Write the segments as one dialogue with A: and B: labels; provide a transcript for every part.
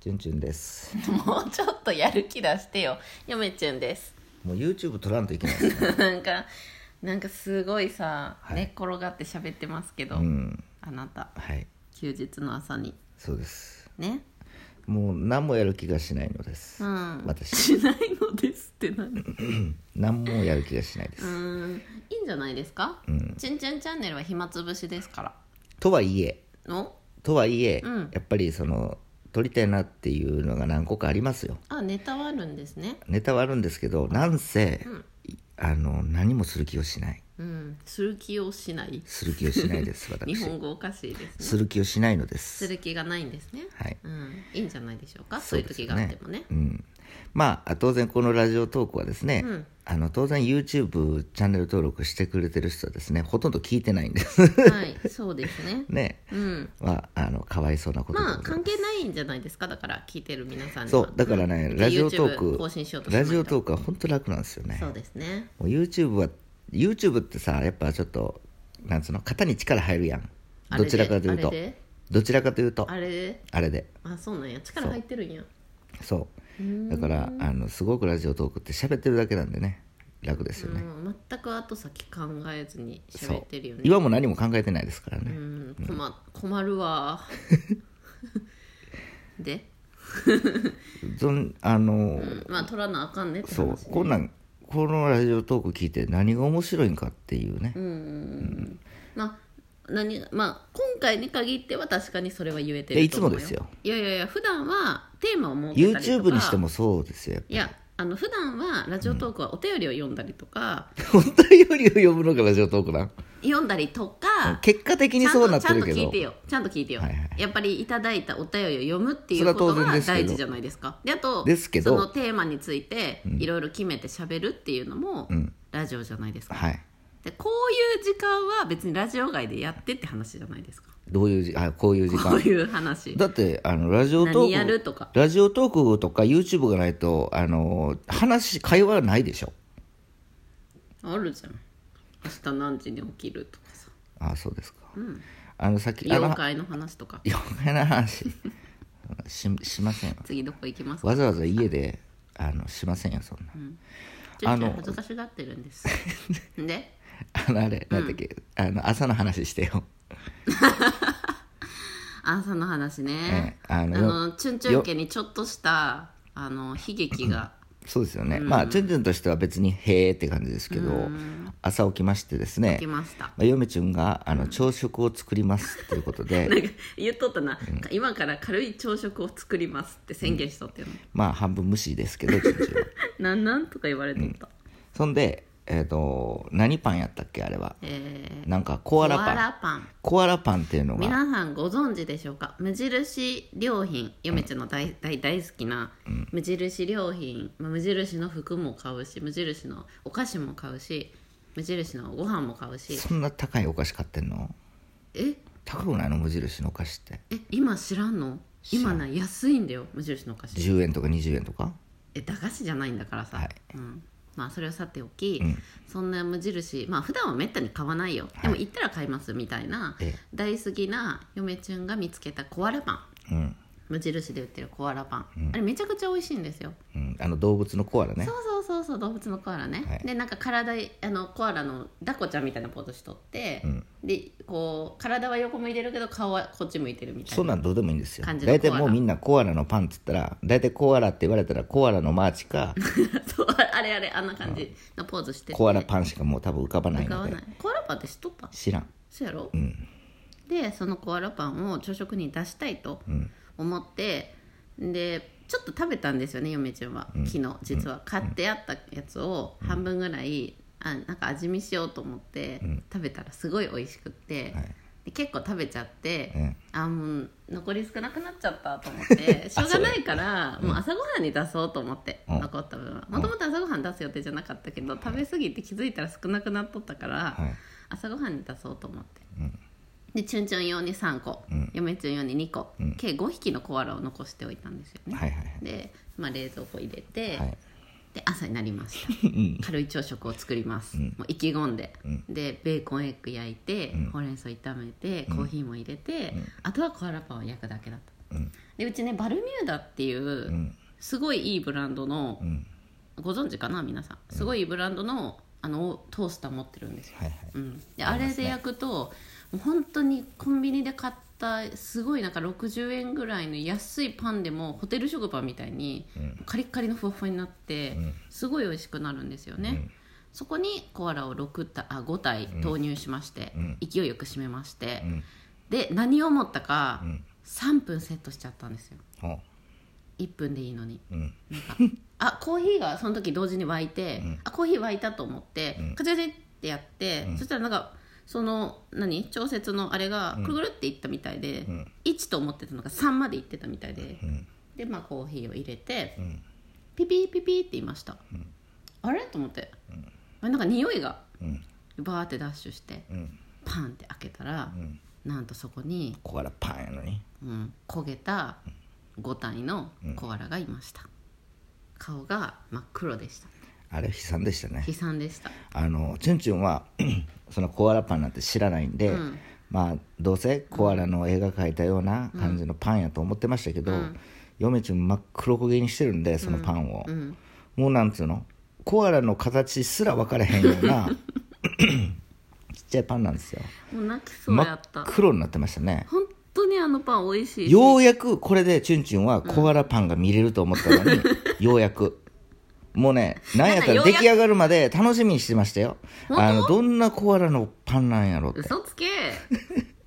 A: チュンチュンです
B: もうちょっとやる気出してよ嫁ちゅんです
A: もう YouTube 撮らんといけないですね
B: なんかなんかすごいさ、
A: はい
B: 寝っ転がって喋ってますけど、
A: うん
B: あなた
A: はい
B: 休日の朝に
A: そうです
B: ね
A: もう何もやる気がしないのです、
B: うん
A: 私
B: しないのですって何
A: 何もやる気がしないです、
B: うんいいんじゃないですか、
A: うん
B: ちゅんちゅんチャンネルは暇つぶしですから
A: とはいえ
B: の
A: とはいえ、
B: うん
A: やっぱりその撮りたいなっていうのが何個かありますよ
B: あネタはあるんですね
A: ネタはあるんですけどなんせ、いあの何もする気をしない
B: うんする気をしない
A: する気をしないです
B: 日
A: 私
B: 本語おかしいですね
A: する気をしないのです
B: る気がないんですね
A: はい
B: うん、いいんじゃないでしょうかそういう時があって もね
A: うん、まあ当然このラジオトークはですね、
B: うん
A: あの当然 YouTube チャンネル登録してくれてる人はですねほとんど聞いてないんです
B: はいそうですね
A: ね
B: うん
A: まああのかわいそうなことでござい
B: まあ
A: ます
B: 関係ないんじゃないですかだから聞いてる皆さんには
A: そうだからね、
B: うん
A: ラジオトー
B: YouTube
A: ク
B: 更新しようとしない
A: ラ
B: と
A: ジオトークは本当楽なんですよね
B: そうですね
A: もう YouTube は YouTube ってさやっぱちょっとなんつうの肩に力入るやん
B: あれ
A: ど
B: で
A: ちらかという
B: あ
A: と
B: れで
A: どちらかというと
B: あれで
A: あれで
B: あそうなんや力入ってるんや
A: そうだからあのすごくラジオトークって喋ってるだけなんでね楽ですよね、
B: うん全く後先考えずに
A: そ
B: 喋
A: う
B: ってるよね
A: 今も何も考えてないですから
B: う
A: ね、
B: ん困困るわで
A: そんあのー
B: まあ取らなあかんねって
A: そう
B: 話
A: こんなんこのラジオトーク聞いて何が面白いんかっていうね、
B: まあ何まあ今回に限っては確かにそれは言えて
A: い
B: る
A: やい
B: と
A: つも
B: 思う
A: ですよ
B: いやいやいや普段はテーマを設けたりとか
A: YouTube にしてもそうですよ
B: いやあの普段はラジオトークはお便りを読んだりとか、
A: 本当によりを呼ぶのがラジオトークなん
B: 読んだりとか、
A: 結果的
B: ち
A: に
B: ゃん
A: そう
B: と
A: なっ
B: ちゃ
A: て
B: ん
A: る
B: と
A: け
B: 聞い
A: ど
B: てよちゃんと聞いてよ、
A: はいはい
B: やっぱりいただいたお便りを読むってい
A: それ
B: う
A: は
B: こと
A: 当然
B: が
A: ですけど
B: 大事じゃないですかであと
A: ですけど
B: そのテーマについていろいろ決めてしゃべるっていうのも、
A: ん
B: ラジオじゃないですか
A: はい
B: でこういう時間は別にラジオ外でやってって話じゃないですか
A: どういうじあこういう時
B: こ
A: 間
B: ういう話
A: だってあのラジオト
B: 何や
A: ー
B: る
A: ク
B: とか
A: ラジオトークとか YouTube がないとあの話会話はないでしょ
B: あるじゃん明日何時に起きるとかさ
A: あそうですか、あのさっきあの
B: 妖怪の話とか
A: 妖怪の話 ししませんよ
B: 次どこ行きますか
A: わざわざ家であのしませんよそんな、
B: ちょ
A: あ
B: っと
A: の
B: 恥ずかしがってるんです で
A: あのあれ何だっけ、あの朝の話してよ
B: 朝の話ね、
A: ええ あ
B: あ
A: の
B: の
A: よ
B: チュンチュン家にちょっとしたあの悲劇が
A: そうですよね、まあチュンチュンとしては別にへーって感じですけど、朝起きましてですね
B: 来ました、
A: まあ、嫁ちゅんがあの朝食を作りますっていうこと で、
B: なんか言っとったな、今から軽い朝食を作りますって宣言しとっての、
A: まあ半分無視ですけどチュンチュンは
B: なんなんとか言われとった、
A: そんでえっ、と何パンやったっけあれは
B: えー
A: なんかコアラパ
B: コア
A: ン
B: ラパン
A: コアラパンっていうのが
B: 皆さんご存知でしょうか無印良品嫁ちゃんの大大大好きな無印良品、まあ無印の服も買うし無印のお菓子も買うし無印のご飯も買うし
A: そんな高いお菓子買ってんの
B: え
A: 高くないの無印のお菓子って
B: え今知らんの今な安いんだよ無印のお菓子
A: 10円とか20円とか
B: え駄菓子じゃないんだからさ、
A: はい
B: うん、まあそれはさておき、そんな無印まあ普段はめったに買わないよ、でも行ったら買いますみたいな
A: ええ
B: 大好きな嫁ちゃんが見つけたコアラパン
A: うん
B: 無印で売ってるコアラパン、あれめちゃくちゃ美味しいんですよ、
A: うん、あの動物のコアラね
B: そうそうそうそう動物のコアラね、
A: はい
B: でなんか体あのコアラのダコちゃんみたいなポーズしとって、でこう体は横向いてるけど顔はこっち向いてるみたい
A: そ
B: なん
A: なんどうでもいいんですよ
B: 感じの
A: 大体
B: コアラ
A: もうみんなコアラのパンっつったら大体コアラって言われたらコアラのマーチ か
B: そうあれあれあんな感じのポーズしてて
A: コアラパンしかもう多分浮かばない
B: 買
A: の
B: わ
A: で
B: ないコアラパンって知っとった
A: 知らん
B: そうやろ、
A: ん
B: でそのコアラパンを朝食に出したいと思って、でちょっと食べたんですよね嫁ちゃんは、昨日実は買ってあったやつを半分ぐらい、あなんか味見しようと思って食べたらすごい美味しくって、
A: はい
B: で結構食べちゃって、
A: うん
B: あもう残り少なくなっちゃったと思ってしょうがないからもう朝ごはんに出そうと思って、
A: うん
B: 残った分はもともと朝ごはん出す予定じゃなかったけど、食べ過ぎて気づいたら少なくなっとったから、
A: はい
B: 朝ごはんに出そうと思って、でチュンチュン用に3個、嫁チュン用に2個、計5匹のコアラを残しておいたんですよね、
A: はいはいはい
B: で、まあ、冷蔵庫入れて、
A: はい
B: で朝になりま した軽い朝食を作ります、もう意気込んで、でベーコンエッグ焼いて、ほうれん草炒めてコーヒーも入れて、あとはコアラパンを焼くだけだったでうちねバルミューダっていうすごいいいブランドの、
A: ん
B: ご存知かな皆さんすごいいいブランドのあのトースター持ってるんですよ、
A: はいはい
B: うん、であれで焼くともう本当にコンビニで買ったすごいなんか60円ぐらいの安いパンでもホテル食パンみたいにカリッカリのふわふわになってすごい美味しくなるんですよね、そこにコアラを6体あ5体投入しまして、勢いよく締めまして、
A: ん
B: で何を思ったか
A: ん
B: 3分セットしちゃったんですよ
A: ほ
B: 1分でいいのに
A: ううん
B: あコーヒーがその時同時に沸いて、あコーヒー沸いたと思って、カチャカチャってやって、そしたらなんかその何調節のあれがくるくるっていったみたいで、1と思ってたのが3までいってたみたいで、でまあコーヒーを入れて、ピピピピって言いました、あれと思って、あなんか匂いが、
A: ん
B: バーってダッシュして、
A: ん
B: パンって開けたら、なんとそこに、
A: 小柄パンやのに
B: うん、焦げた5体のコアラがいました、顔が真っ黒でした
A: あれ悲惨でしたね
B: 悲惨でした
A: あのチュンチュンは そのコアラパンなんて知らないんで、まあどうせコアラの絵が描いたような感じのパンやと思ってましたけど、嫁チュン真っ黒焦げにしてるんでそのパンを、もうなんつうのコアラの形すら分からへんよう なちっちゃいパンなんですよ
B: もう泣きそう
A: 真
B: や
A: っ
B: った
A: 黒になってましたね
B: 本当にあのパン美味しいし
A: ようやくこれでチュンチュンはコアラパンが見れると思ったのに、ようやくもうねなんやったら
B: なんだ
A: 出
B: ようや
A: 来上
B: く
A: がるまで楽しみにしてましたよあのどんなコアラのパンなんやろって
B: 嘘つけ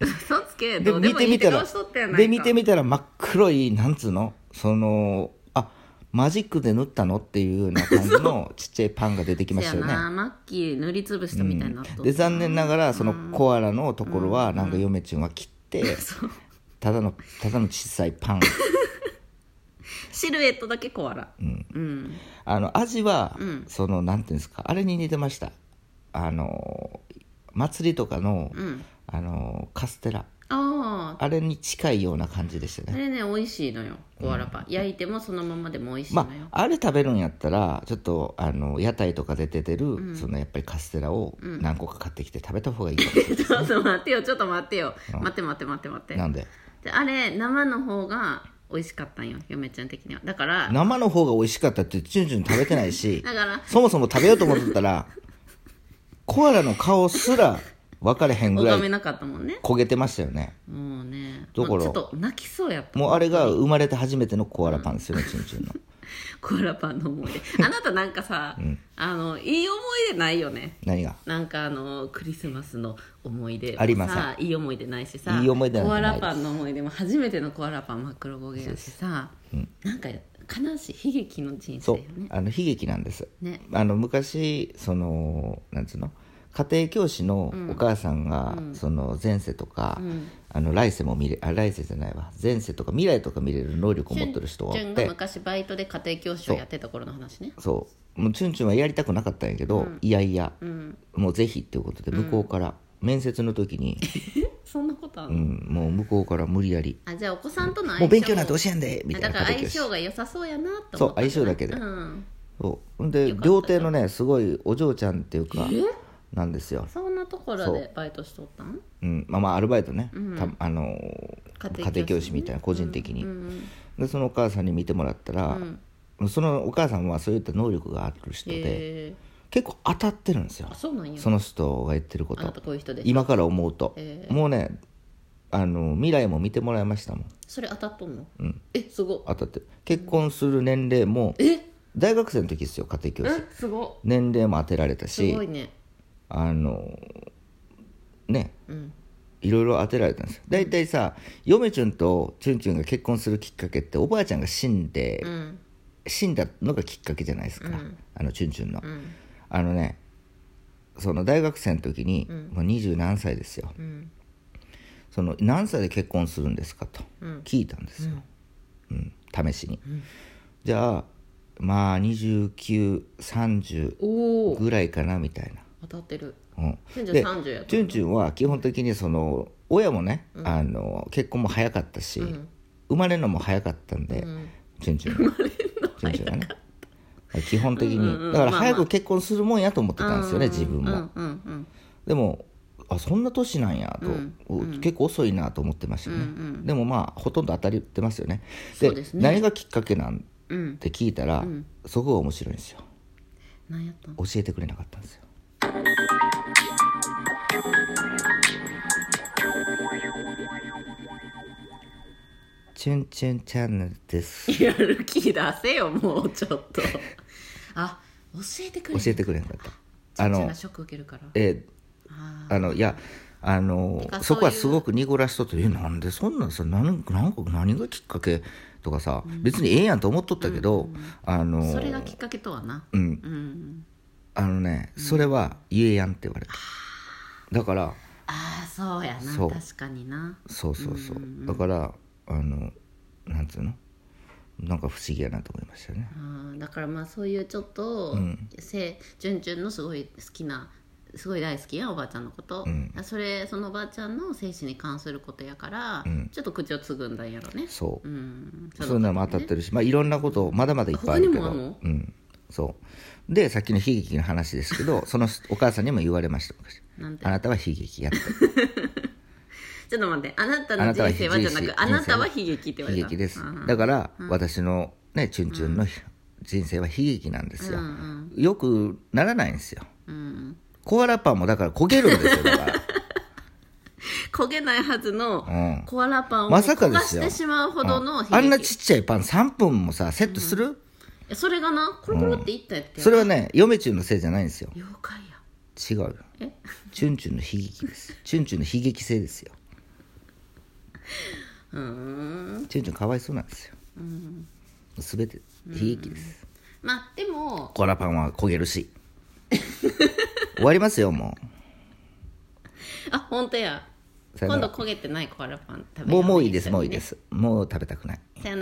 B: 嘘つ
A: で
B: けどうで
A: 見
B: も
A: て
B: いい
A: みた
B: 手
A: ら
B: 顔しとったやないか
A: で見てみたら真っ黒いなんつうのそのあマジックで塗ったのっていうような感じのちっちゃいパンが出てきました
B: せ
A: よ
B: や
A: ね
B: なマッキー塗りつぶしたみたいになっとった
A: で残念ながらそのコアラのところはなんか嫁ちゃんは切 ってただのただの小さいパン
B: シルエットだけコアラうん、
A: あの味は、そのなんていうんですかあれに似てましたあの祭りとかの、あのカステラ
B: あ
A: あれに近いような感じでした
B: ああ
A: ね
B: れね美味しいのよコアラパン、焼いてもそのままでも美味しいのよ、
A: まああれ食べるんやったらちょっとあの屋台とかで出てる、そのやっぱりカステラを何個か買ってきて食べた方がいいかもしれない、
B: ちょっと待ってよちょっと待ってよ待って待って待って待って
A: なんで
B: であれ生の方が美味しかったんよ嫁ちゃん的にはだから
A: 生の方が美味しかったってチュンチュン食べてないし
B: だから
A: そもそも食べようと思ってたらコアラの顔すら分かれへんぐら
B: 拝め
A: い
B: なかったもんね
A: 焦げてましたよね
B: もうね
A: どこ
B: も
A: ろ
B: うちょっと泣きそうやった
A: もうあれが生まれて初めてのコアラパンですよね、チュンチュンの。
B: コーラパンの思い 出あなたなんかさ、あのいい思い出ないよね
A: 何が
B: なんかあのクリスマスの思い出もさ
A: ありません
B: いい思い出ないしさ
A: いい思い出なんて
B: コ
A: な
B: ア
A: いです
B: ラパンの思い出も初めてのコアラパン真っ黒焦げやしさ、なんか悲しい悲劇の人生
A: そ
B: よ
A: う
B: ね、
A: あの悲劇なんです。
B: ね
A: あの昔、その、なんつうの家庭教師のお母さんが、その前世とか、あの来世も見れあ来世じゃないわ前世とか未来とか見れる能力を持ってる人がおっ
B: チュンが
A: て
B: 昔バイトで家庭教師をやってた頃の話ね
A: そうもうチュンチュンはやりたくなかったんやけど、いやいや、もうぜひっていうことで向こうから、面接の時に、
B: そんなことある
A: う
B: の、
A: ん、もう向こうから無理やり
B: あじゃあお子さんとの相性
A: もう勉強なんて教えんでみたい
B: だ
A: な
B: から
A: 家庭教
B: 相
A: 師
B: 性が良さそうやなと
A: そう
B: 思った
A: 相性だけで、
B: うん
A: そうで料亭のねすごいお嬢ちゃんっていうかなんですよ、
B: そんなところでバイトしとったん
A: うん、まあまあアルバイトね、たあのー
B: 家庭教師
A: 家庭教師みたいな個人的に、でそのお母さんに見てもらったら、そのお母さんはそういった能力がある人で
B: へえ
A: 結構当たってるんですよ
B: あそうなんや
A: その人が言ってるこ
B: あな
A: と
B: たこういう人で
A: 今から思うと、
B: へ
A: もうねあの未来も見てもらいましたもん
B: それ当たっとんの、えすご
A: 当たって結婚する年齢も
B: え
A: 大学生の時ですよ家庭教師
B: えすご
A: 年齢も当てられた
B: す
A: し
B: ごいね
A: あのね、いろいろ当てられたんですよ大体さ、嫁ちゅんとちゅんちゅんが結婚するきっかけっておばあちゃんが死んで、
B: うん
A: 死んだのがきっかけじゃないですか、あのちゅんちゅんの、あのねその大学生の時に、もう二十何歳ですよ、
B: ん
A: その何歳で結婚するんですかと聞いたんですよ、うん試しに、じゃあまあ2930
B: おお
A: ぐらいかなみたいな
B: 当たってる
A: うん
B: 順序
A: で
B: 30やと
A: チュンチュンは基本的にその親もね、あの結婚も早かったし、生まれるのも早かったんで、チュンチュンがチュンチュンがね基本的に、だから早く結婚するもんやと思ってたんですよね、自分も、
B: うんうん
A: でもあそんな年なんやと、
B: うん
A: お結構遅いなと思ってましたよね、
B: うん
A: でもまあほとんど当たりってますよね
B: そうですね
A: 何がきっかけなん
B: うん
A: て聞いたら、
B: ん
A: そこが面白いんですよ
B: 何やったの
A: 教えてくれなかったんですよチュンチュンチャンネルです
B: やる気出せよもうちょっ とあ教えてくれ
A: 教えてくれなかったあ
B: ちっちゃ
A: の
B: なショック受けるから
A: え
B: あ
A: あのいやあの
B: てか
A: そこは
B: そういう
A: すごく濁らしとって「えなんでそんなんさ何なんか何がきっかけ?」とかさ、別にええやんと思っとったけど、あの
B: ーそれがきっかけとはな
A: う
B: うんん
A: あのねそれは言えやんって言われた、だから
B: ああそうやな
A: そう
B: 確かにな
A: そうそうそう,、だからあのなんつうのなんか不思議やなと思いましたよね
B: あーだからまあそういうちょっと、せじゅんじゅんのすごい好きなすごい大好きやおばあちゃんのこと、
A: ん
B: それそのおばあちゃんの精神に関することやから、ちょっと口をつぐんだんやろね
A: そう、
B: うん
A: そういうのも当たってるし、まあ、いろんなことまだまだいっぱいあるけど
B: 他にもあん
A: う
B: の
A: ん、そうでさっきの悲劇の話ですけ どそのお母さんにも言われました昔
B: なんて
A: あなたは悲劇やって
B: ちょっと待ってあなた
A: あ
B: の
A: なたは
B: 人生はじゃな
A: 人
B: く
A: 生
B: あなたは悲劇 って言わ
A: 悲
B: れた
A: 劇です
B: あー
A: だから、私のねチュンチュンの人生は悲劇なんですよ、よくならないんですよ
B: うん、
A: コアラパンもだから焦げるんですよだ から
B: 焦げないはずの
A: うん
B: コアラパンを
A: まさか
B: 焦
A: で
B: が
A: す
B: し
A: よ
B: てしまうほどの悲劇、
A: あんなちっちゃいパン3分もさセットする、
B: えそれがなコロコロっていったやって、
A: それはね嫁チュンのせいじゃないんですよ
B: 妖怪や
A: 違うよ
B: え
A: チュンチュンの悲劇ですチュンチュンの悲劇性ですよ
B: うーん
A: チュンチュンかわいそうなんですよ、全て悲劇です、
B: まあでも
A: コアラパンは焦げるし終わりますよも
B: あ本当や
A: うさよ
B: 今
A: なら
B: 度焦げてないコアラパン食べ
A: もうもういい
B: よね
A: ですもういいですもう食べたくない
B: さよなら